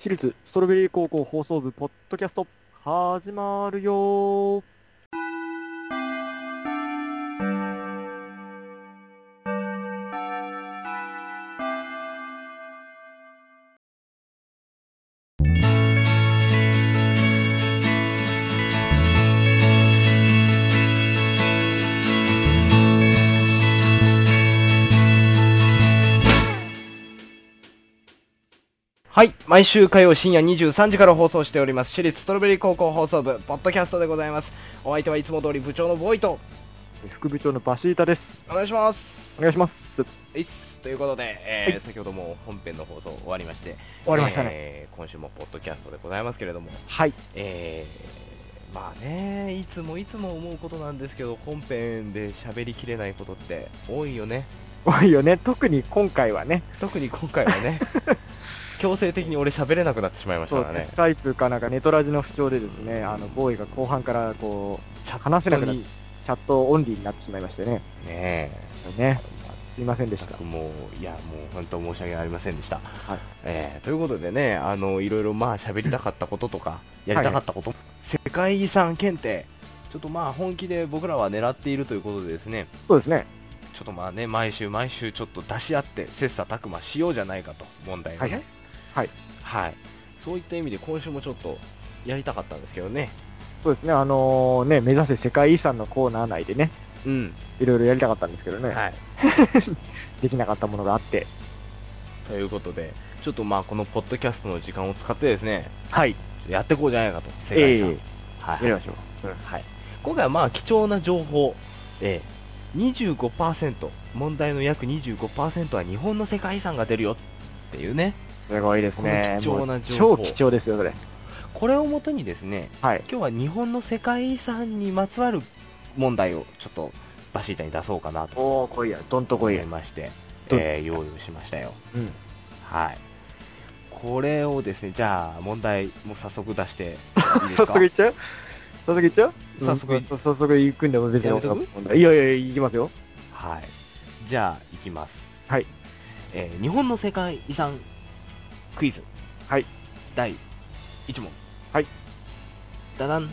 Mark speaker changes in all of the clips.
Speaker 1: 私立ストロベリー高校放送部ポッドキャスト始まるよ
Speaker 2: はい。毎週火曜深夜23時から放送しております。私立ストロベリー高校放送部、ポッドキャストでございます。お相手はいつも通り部長のボーイと、
Speaker 1: 副部長のバシータです。
Speaker 2: お願いします
Speaker 1: お。願いします。終
Speaker 2: いっす。ということで、えー
Speaker 1: はい
Speaker 2: 先ほども本編の放送終わりまして、
Speaker 1: わりましたね。
Speaker 2: えー今週もポッドキャストでございますけれども、
Speaker 1: はい。
Speaker 2: えー、まあね、いつもいつも思うことなんですけど、本編で喋りきれないことって多いよね。
Speaker 1: 多いよね。特に今回はね、
Speaker 2: 特に今回は ね、強制的に俺喋れなくなってしまいました
Speaker 1: そ
Speaker 2: か
Speaker 1: う
Speaker 2: らね
Speaker 1: ス。カイプかなんかネトラジの不調でですね、あの、ボーイが後半からこう、話せなくなって、チャットオンリーになってしまいましてね。
Speaker 2: ねえ。
Speaker 1: ね。すいませんでした。
Speaker 2: もういやもう本当申し訳ありませんでした、
Speaker 1: はい
Speaker 2: えーということでねあのいろいろまあ喋りたかったこととかやりたかったこと、世界遺産検定ちょっとまあ本気で僕らは狙っているということでですね
Speaker 1: そうですね。
Speaker 2: ちょっとまあね毎週毎週ちょっと出し合って切磋琢磨しようじゃないかと問題がね
Speaker 1: はい
Speaker 2: はいそういった意味で今週もちょっとやりたかったんですけどね
Speaker 1: そうですね。あのーね、目指せ世界遺産のコーナー内でね、
Speaker 2: うん、
Speaker 1: いろいろやりたかったんですけどね、
Speaker 2: はい、
Speaker 1: できなかったものがあって、
Speaker 2: ということでちょっとまあこのポッドキャストの時間を使ってですね
Speaker 1: はい。
Speaker 2: やっていこうじゃないかと世界
Speaker 1: え
Speaker 2: 遺
Speaker 1: え
Speaker 2: 産、はい
Speaker 1: やりましょう。うん
Speaker 2: はい、今回はまあ貴重な情報、えー、25%問題の約25%は日本の世界遺産が出るよっていうね
Speaker 1: すごいですね。
Speaker 2: この貴重な
Speaker 1: もう
Speaker 2: 情報
Speaker 1: 超貴重ですよ、それ。
Speaker 2: これをもとにですね
Speaker 1: はい。
Speaker 2: 今日は日本の世界遺産にまつわる問題をちょっとバシータに出そうかなと
Speaker 1: おお、来いや、どんと来い
Speaker 2: 思
Speaker 1: や
Speaker 2: い。まして、
Speaker 1: ど
Speaker 2: えー用意をしましたよ
Speaker 1: うん。
Speaker 2: はいこれをですねじゃあ問題もう早速出していいです
Speaker 1: 早
Speaker 2: か
Speaker 1: 速行っちゃう早速行っちゃう
Speaker 2: 早速
Speaker 1: うん早速行くんでも別に
Speaker 2: やめとく
Speaker 1: 問題いやいやいや、行きますよ。
Speaker 2: はいじゃあいきます
Speaker 1: はい、
Speaker 2: えー日本の世界遺産クイズ
Speaker 1: はい
Speaker 2: 第1問
Speaker 1: はい
Speaker 2: ダダン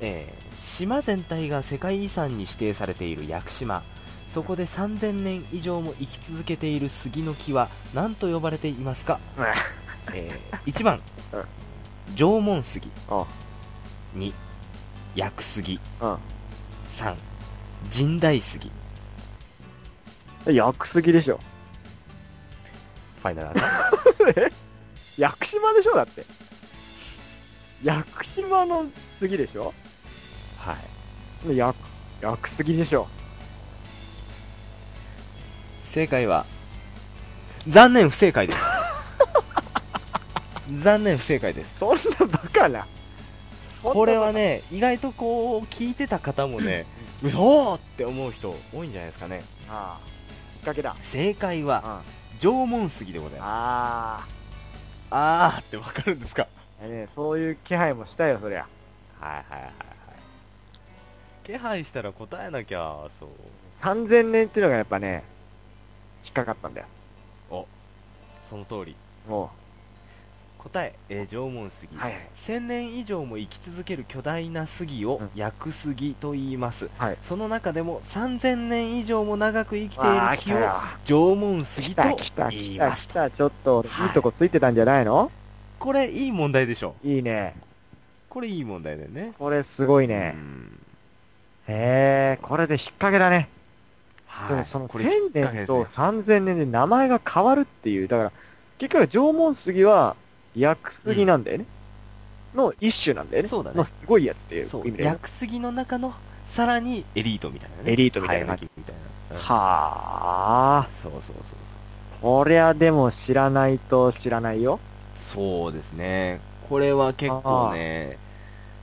Speaker 2: えー島全体が世界遺産に指定されている屋久島そこで3000年以上も生き続けている杉の木は何と呼ばれていますか、
Speaker 1: うん
Speaker 2: え ー、1番
Speaker 1: うん
Speaker 2: 縄文杉
Speaker 1: あ
Speaker 2: 2屋久杉
Speaker 1: あ。
Speaker 2: 3神代杉フ
Speaker 1: うん。屋久杉でしょ。
Speaker 2: ァイナルアンサー
Speaker 1: 屋久島でしょだって。屋久島の杉でしょ
Speaker 2: はい
Speaker 1: 屋屋久杉でしょ。
Speaker 2: 正解は残念不正解です 残念不正解です
Speaker 1: そんなバカな。そんな
Speaker 2: これはね意外とこう聞いてた方もね嘘って思う人多いんじゃないですかね
Speaker 1: ああ。引っ掛けだ。
Speaker 2: 正解
Speaker 1: うん。
Speaker 2: は
Speaker 1: あ
Speaker 2: 縄文杉でございます
Speaker 1: あ
Speaker 2: あーってわかるんですか
Speaker 1: ー。ね、そういう気配もしたよ、そりゃ。
Speaker 2: はいはいはいはい気配したら答えなきゃそう
Speaker 1: 3000年っていうのがやっぱね、引っかかったんだよ。
Speaker 2: その通り
Speaker 1: も
Speaker 2: 答え、えー縄文杉、
Speaker 1: う。はいはい。
Speaker 2: 1000年以上も生き続ける巨大な杉を
Speaker 1: うん
Speaker 2: 屋久杉と言います、
Speaker 1: はい
Speaker 2: その中でも3000年以上も長く生きている
Speaker 1: わあ、来
Speaker 2: 木
Speaker 1: た
Speaker 2: を
Speaker 1: よ。
Speaker 2: 縄文
Speaker 1: 来
Speaker 2: 杉
Speaker 1: た
Speaker 2: と
Speaker 1: 来た
Speaker 2: 言
Speaker 1: 来
Speaker 2: い
Speaker 1: た
Speaker 2: ます
Speaker 1: 来たちょっといいとこついてたんじゃないの、
Speaker 2: これいい問題でしょ
Speaker 1: い、いね
Speaker 2: これいい問題だよね
Speaker 1: これすごいね
Speaker 2: う、ん
Speaker 1: へえこれで引っ掛けだね、で
Speaker 2: は
Speaker 1: も
Speaker 2: い
Speaker 1: その
Speaker 2: これ引っ
Speaker 1: 1000
Speaker 2: 掛け
Speaker 1: 年
Speaker 2: です
Speaker 1: と
Speaker 2: ね
Speaker 1: 3000年で名前が変わるっていうだから結局縄文杉は屋久杉なんだよね、の一種なんだよね
Speaker 2: そうだね
Speaker 1: のすごいやつっていう
Speaker 2: そう
Speaker 1: 意味で、
Speaker 2: 屋
Speaker 1: ね、
Speaker 2: 久杉の中のさらにエリートみたいなね
Speaker 1: エリートみたいな
Speaker 2: 生え抜きみたいな、うん
Speaker 1: はあ
Speaker 2: そうそうそうそう
Speaker 1: こりゃでも知らないと知らないよ
Speaker 2: そうですねこれは結構ね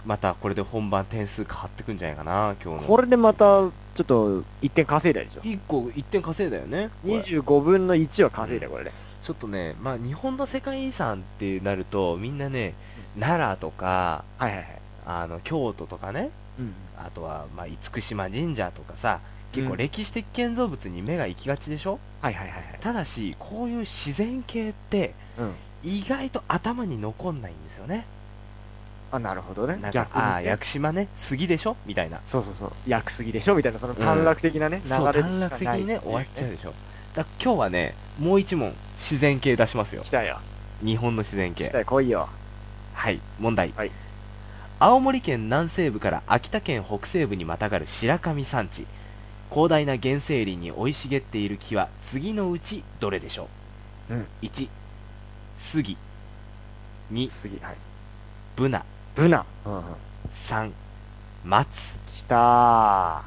Speaker 2: またこれで本番点数変わってくんじゃないかな今日の
Speaker 1: これでまたちょっと1点稼いだでしょ
Speaker 2: 1個1点稼いだよねこれ
Speaker 1: 25分の1は稼いだよこれで、
Speaker 2: ちょっとね、まあ、日本の世界遺産ってなるとみんなね奈良とか
Speaker 1: はいはいはい、
Speaker 2: あの京都とかね
Speaker 1: うん
Speaker 2: あとは、まあ、厳島神社とかさ結
Speaker 1: う
Speaker 2: 構
Speaker 1: ん
Speaker 2: 歴史的建造物に目が行きがちでしょ、
Speaker 1: はいはいはいはい
Speaker 2: ただしこういう自然系って
Speaker 1: うん
Speaker 2: 意外と頭に残んないんですよね
Speaker 1: あ、なるほどね
Speaker 2: なん。か
Speaker 1: 逆に
Speaker 2: ああー
Speaker 1: ね。
Speaker 2: 屋久島ね杉でしょみたいな
Speaker 1: そうそうそう。薬すぎでしょみたいな、その短絡的なね、流れ
Speaker 2: そう
Speaker 1: でし
Speaker 2: 短絡
Speaker 1: か
Speaker 2: 的
Speaker 1: ない
Speaker 2: にね終わっちゃう
Speaker 1: う。
Speaker 2: でしょだから今日はねもう一問自然系出しますよ
Speaker 1: 来たよ。
Speaker 2: 日本の自然
Speaker 1: 来
Speaker 2: 系
Speaker 1: たよ、来いよ。
Speaker 2: はい問題、
Speaker 1: はい
Speaker 2: 青森県南西部から秋田県北西部にまたがる白神山地広大な原生林に生い茂っている木は次のうちどれでしょう、
Speaker 1: うん
Speaker 2: 1杉2
Speaker 1: 次、はい。
Speaker 2: ブナ
Speaker 1: ブナ。うんうん。
Speaker 2: 3松
Speaker 1: 来たー。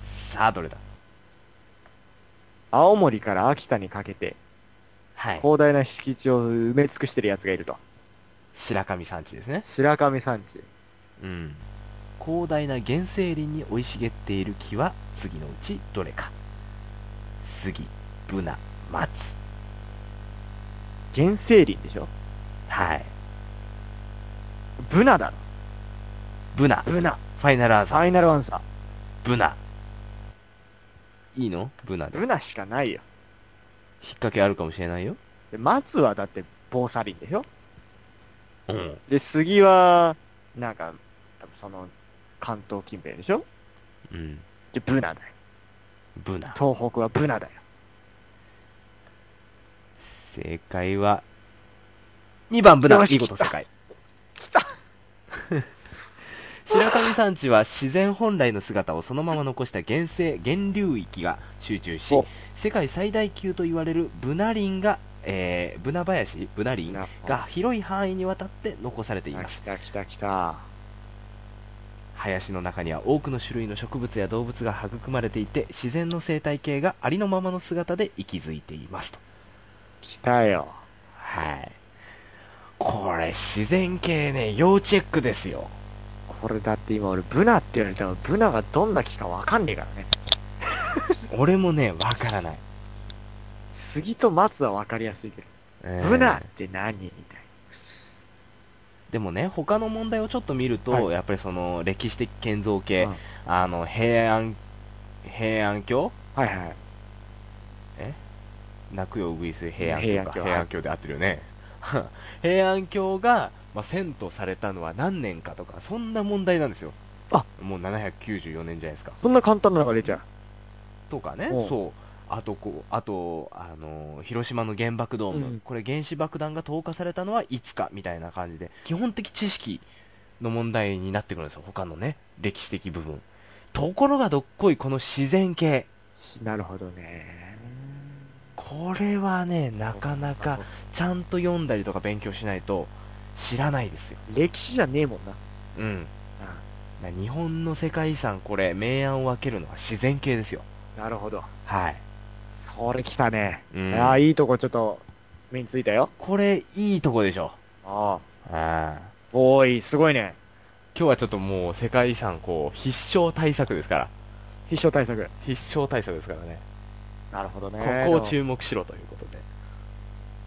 Speaker 2: さあどれだ
Speaker 1: 青森から秋田にかけて、
Speaker 2: はい
Speaker 1: 広大な敷地を埋め尽くしてる奴がいると。
Speaker 2: 白神山地ですね
Speaker 1: 白神山地。
Speaker 2: うん広大な原生林に生い茂っている木は次のうちどれか杉ブナ松
Speaker 1: 原生林でしょ
Speaker 2: はい
Speaker 1: ブナだ
Speaker 2: ブナ
Speaker 1: ろ。ブナ。
Speaker 2: ファイナルアン
Speaker 1: フ
Speaker 2: サー
Speaker 1: ァイナルアンサ
Speaker 2: ブナいいのブナ
Speaker 1: ー。
Speaker 2: で
Speaker 1: ブナしかないよ。
Speaker 2: 引っ掛けあるかもしれないよ
Speaker 1: で、松はだって防砂林でしょ
Speaker 2: うん
Speaker 1: で、杉は、なんか、多分その、関東近辺でしょ
Speaker 2: うん
Speaker 1: で、ブナだよ。
Speaker 2: ブナ
Speaker 1: 東北はブナだよ。
Speaker 2: 正解は2番ブナ
Speaker 1: よし
Speaker 2: いいこと
Speaker 1: 来た
Speaker 2: 正解
Speaker 1: 来た
Speaker 2: 白神山地は自然本来の姿をそのまま残した原生源流域が集中し
Speaker 1: お
Speaker 2: 世界最大級と言われるブナ林が、えー、ブナ林ブナ林が広い範囲にわたって残されています
Speaker 1: あ来た来た来た。
Speaker 2: 林の中には多くの種類の植物や動物が育まれていて自然の生態系がありのままの姿で息づいていますと
Speaker 1: 来たよ。
Speaker 2: はいこれ自然系ね要チェックですよ
Speaker 1: これだって今俺、ブナって言われたら、ブナがどんな木かわかんねえからね。
Speaker 2: 俺もねわからない、
Speaker 1: 杉と松はわかりやすいけど、
Speaker 2: うん
Speaker 1: ブナって何みたい
Speaker 2: でもね他の問題をちょっと見ると、
Speaker 1: はい
Speaker 2: やっぱりその歴史的建造系、
Speaker 1: うん
Speaker 2: あの平安平安京
Speaker 1: な。はいはい。
Speaker 2: 泣くようぐいす平安京
Speaker 1: 平
Speaker 2: か
Speaker 1: 安京
Speaker 2: 平安京で合ってるよね 平安京が、まあ、遷都されたのは何年かとかそんな問題なんですよ
Speaker 1: あ
Speaker 2: もう794年じゃないですか
Speaker 1: そんな簡単なのが出ちゃう。
Speaker 2: とかね
Speaker 1: おう
Speaker 2: そうあとこうあとあの広島の原爆ドーム、
Speaker 1: うん
Speaker 2: これ原子爆弾が投下されたのはいつかみたいな感じで基本的知識の問題になってくるんですよ他のね歴史的部分ところがどっこいこの自然系
Speaker 1: なるほどね。
Speaker 2: これはねなかなか。ちゃんと読んだりとか勉強しないと知らないですよ
Speaker 1: 歴史じゃねえもんな。
Speaker 2: うんだ日本の世界遺産これ明暗を分けるのは自然系ですよ
Speaker 1: うんなるほど。
Speaker 2: はい、
Speaker 1: それ来たね。
Speaker 2: うん
Speaker 1: ああ、いいとこちょっと、目についたよ。
Speaker 2: これいいとこでしょ
Speaker 1: ああ。
Speaker 2: ああ
Speaker 1: おーい、すごいね。
Speaker 2: 今日はちょっともう世界遺産こう必勝対策ですから
Speaker 1: 必勝対策。
Speaker 2: 必勝対策ですからね、
Speaker 1: なるほどね。
Speaker 2: ここを注目しろということで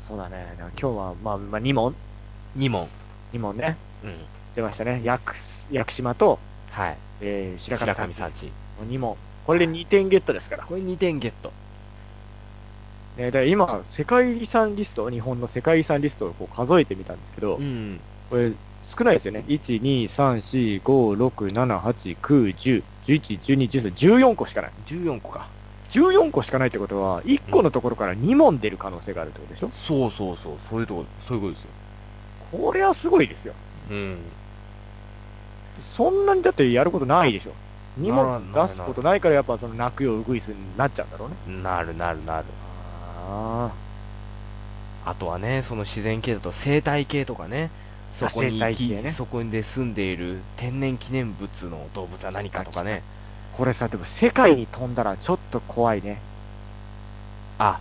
Speaker 1: そうだね。今日は、まあ、まあ、2問
Speaker 2: 2問
Speaker 1: ?2 問ね。
Speaker 2: うん
Speaker 1: 出ましたね。屋久屋久島と、
Speaker 2: はい
Speaker 1: えー、白
Speaker 2: 白
Speaker 1: 神
Speaker 2: 神
Speaker 1: さん
Speaker 2: 山地
Speaker 1: の2問。これで2点ゲットですから。
Speaker 2: これ2点ゲット
Speaker 1: ね、だから今、世界遺産リスト、日本の世界遺産リストをこう数えてみたんですけど、
Speaker 2: ん
Speaker 1: これ少ないですよね。1、2、3、4、5、6、7、8、9、10、11、12、13、14個しかない。
Speaker 2: 14個か
Speaker 1: 14個しかないってことは、1個のところから2問出る可能性があるってことでしょ
Speaker 2: そうそうそうそういうとこそういうことですよ
Speaker 1: これはすごいですよ。
Speaker 2: うん
Speaker 1: そんなにだってやることないでしょ。2問
Speaker 2: ならない
Speaker 1: 出すことないからやっぱその泣くようぐいすになっちゃうんだろうね。
Speaker 2: なるなるなる
Speaker 1: あ
Speaker 2: あとはねその自然系だと生態系とかねそこに
Speaker 1: あ生態
Speaker 2: き、
Speaker 1: 系ね
Speaker 2: そこで住んでいる天然記念物の動物は何かとかね
Speaker 1: ーこれさ、でも世界に飛んだらちょっと怖いね。
Speaker 2: あ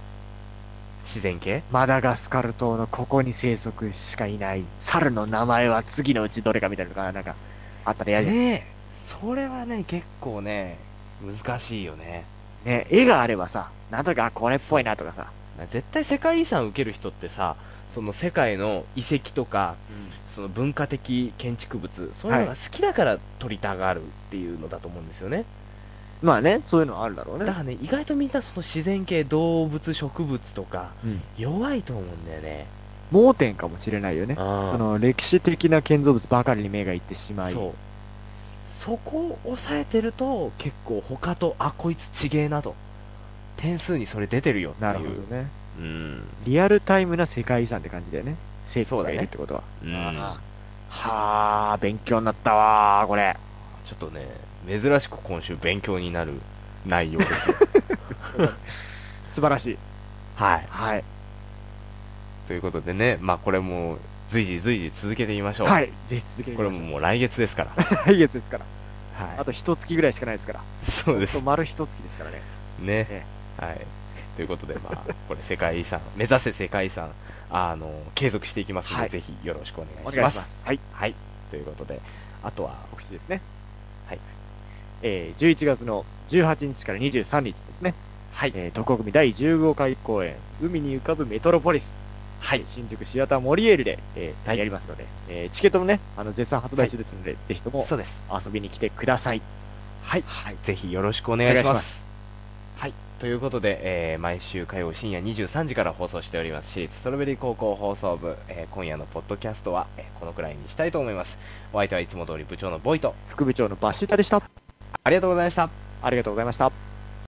Speaker 2: 自然系
Speaker 1: マダガスカル島のここに生息しかいない。猿の名前は次のうちどれかみたいなのが、なんか、あったら嫌じゃん。
Speaker 2: ねえそれはね結構ね難しいよね
Speaker 1: ね、絵があればさ、なんとかあこれっぽいなとかさ。
Speaker 2: 絶対世界遺産受ける人ってさその世界の遺跡とかその文化的建築物そういうのが好きだから撮りたがるっていうのだと思うんですよね、
Speaker 1: まあね、そういうのはあるだろう
Speaker 2: だ
Speaker 1: ね
Speaker 2: か。らね意外とみんなその自然系動物植物とか
Speaker 1: うん。
Speaker 2: 弱いと思うんだよね
Speaker 1: 盲点かもしれないよね。そ
Speaker 2: あ
Speaker 1: の歴史的な建造物ばかりに目がいってしまい。
Speaker 2: そうそこを抑えてると結構他とあこいつちげえなと点数にそれ出てるよって
Speaker 1: なるほ
Speaker 2: い
Speaker 1: ど
Speaker 2: う、
Speaker 1: ね。
Speaker 2: うん
Speaker 1: リアルタイムな世界遺産って感じだよね。聖地がいるってことは。
Speaker 2: うん
Speaker 1: あーはあ、勉強になったわー、これ。
Speaker 2: ちょっとね珍しく今週勉強になる内容ですよ
Speaker 1: 素晴らしい。
Speaker 2: はい
Speaker 1: はい。
Speaker 2: ということでねまあこれも随時随時続けてみましょう、
Speaker 1: はい。ぜひ続けてみ
Speaker 2: これ
Speaker 1: ましょう
Speaker 2: ももう来月ですから、は
Speaker 1: 来月ですから。
Speaker 2: い、
Speaker 1: あと一月ぐらいしかないですから。
Speaker 2: そうで
Speaker 1: あと
Speaker 2: す
Speaker 1: 丸一月ですからね。
Speaker 2: ね
Speaker 1: え。
Speaker 2: はい。ということで、まあ、これ世界遺産、目指せ世界遺産、あの、継続していきますので、
Speaker 1: はい
Speaker 2: ぜひよろしくお願
Speaker 1: お願い
Speaker 2: いし
Speaker 1: し
Speaker 2: ま。
Speaker 1: ますす。はい。
Speaker 2: はい。ということで、あとは、
Speaker 1: 告知ですね。
Speaker 2: はい。
Speaker 1: えー、11月の18日から23日ですね。
Speaker 2: はい。
Speaker 1: えー、徳国第15回公演、海に浮かぶメトロポリス、
Speaker 2: はい。
Speaker 1: 新宿シアターモリエールで、えー
Speaker 2: はい
Speaker 1: やりますので、えーチケットもね、あの、絶賛発売中ですので、ぜひとも
Speaker 2: そうです。
Speaker 1: 遊びに来てください。
Speaker 2: はい。
Speaker 1: はい。
Speaker 2: ぜひよろしくお願いし
Speaker 1: お願
Speaker 2: ま。
Speaker 1: いします
Speaker 2: はい。ということで、えー毎週火曜深夜23時から放送しております、私立ストロベリー高校放送部、えー今夜のポッドキャストは、えーこのくらいにしたいと思います。お相手はいつも通り部長のボイト、
Speaker 1: 副部長のバッシータでした。
Speaker 2: ありがとうございました。
Speaker 1: ありがとうございました。